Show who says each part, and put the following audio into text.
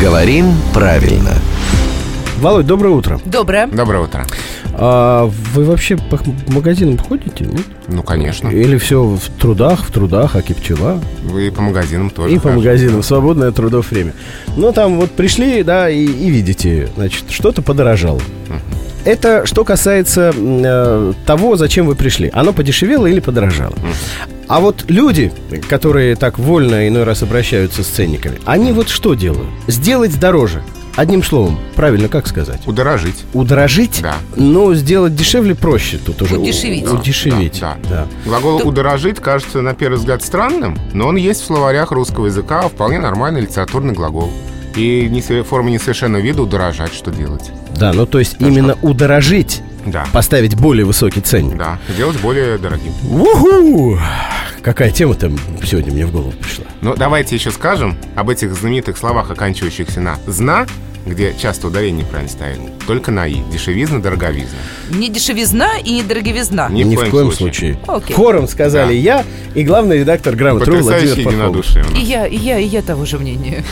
Speaker 1: Говорим правильно.
Speaker 2: Володь, доброе утро.
Speaker 3: Доброе.
Speaker 4: Доброе утро.
Speaker 2: А вы вообще по магазинам ходите? нет?
Speaker 4: Ну, конечно.
Speaker 2: Или все в трудах, в трудах, а пчела?
Speaker 4: Вы по магазинам тоже.
Speaker 2: И по
Speaker 4: хаживаете.
Speaker 2: магазинам, свободное от трудов время. Ну, там вот пришли, да, и, и видите, значит, что-то подорожало. Это что касается м, э, того, зачем вы пришли. Оно подешевело или подорожало. А вот люди, которые так вольно иной раз обращаются с ценниками, они вот что делают? Сделать дороже. Одним словом, правильно как сказать?
Speaker 4: Удорожить.
Speaker 2: Удорожить,
Speaker 4: Да.
Speaker 2: но сделать дешевле проще тут уже.
Speaker 3: Удешевить.
Speaker 2: У- Удешевить.
Speaker 4: Да,
Speaker 2: да.
Speaker 4: Глагол «удорожить» кажется на первый взгляд странным, но он есть в словарях русского языка, а вполне нормальный литературный глагол. И не се- форма несовершенного вида «удорожать» что делать.
Speaker 2: Да, ну то есть именно удорожить,
Speaker 4: Да,
Speaker 2: поставить более высокий ценник.
Speaker 4: да. Делать более дорогим.
Speaker 2: Уху! Какая тема там сегодня мне в голову пришла?
Speaker 4: Но давайте еще скажем об этих знаменитых словах, оканчивающихся на «зна», где часто ударение неправильно ставят, только на «и». Дешевизна, дороговизна.
Speaker 3: Не дешевизна и не дороговизна.
Speaker 4: Ни в коем случае.
Speaker 3: Окей.
Speaker 2: Хором сказали я и главный редактор «Грамотру» Владимир
Speaker 4: Потрясающее
Speaker 2: Попов.
Speaker 4: единодушие. у нас.
Speaker 3: И я, и я, и я того же мнения.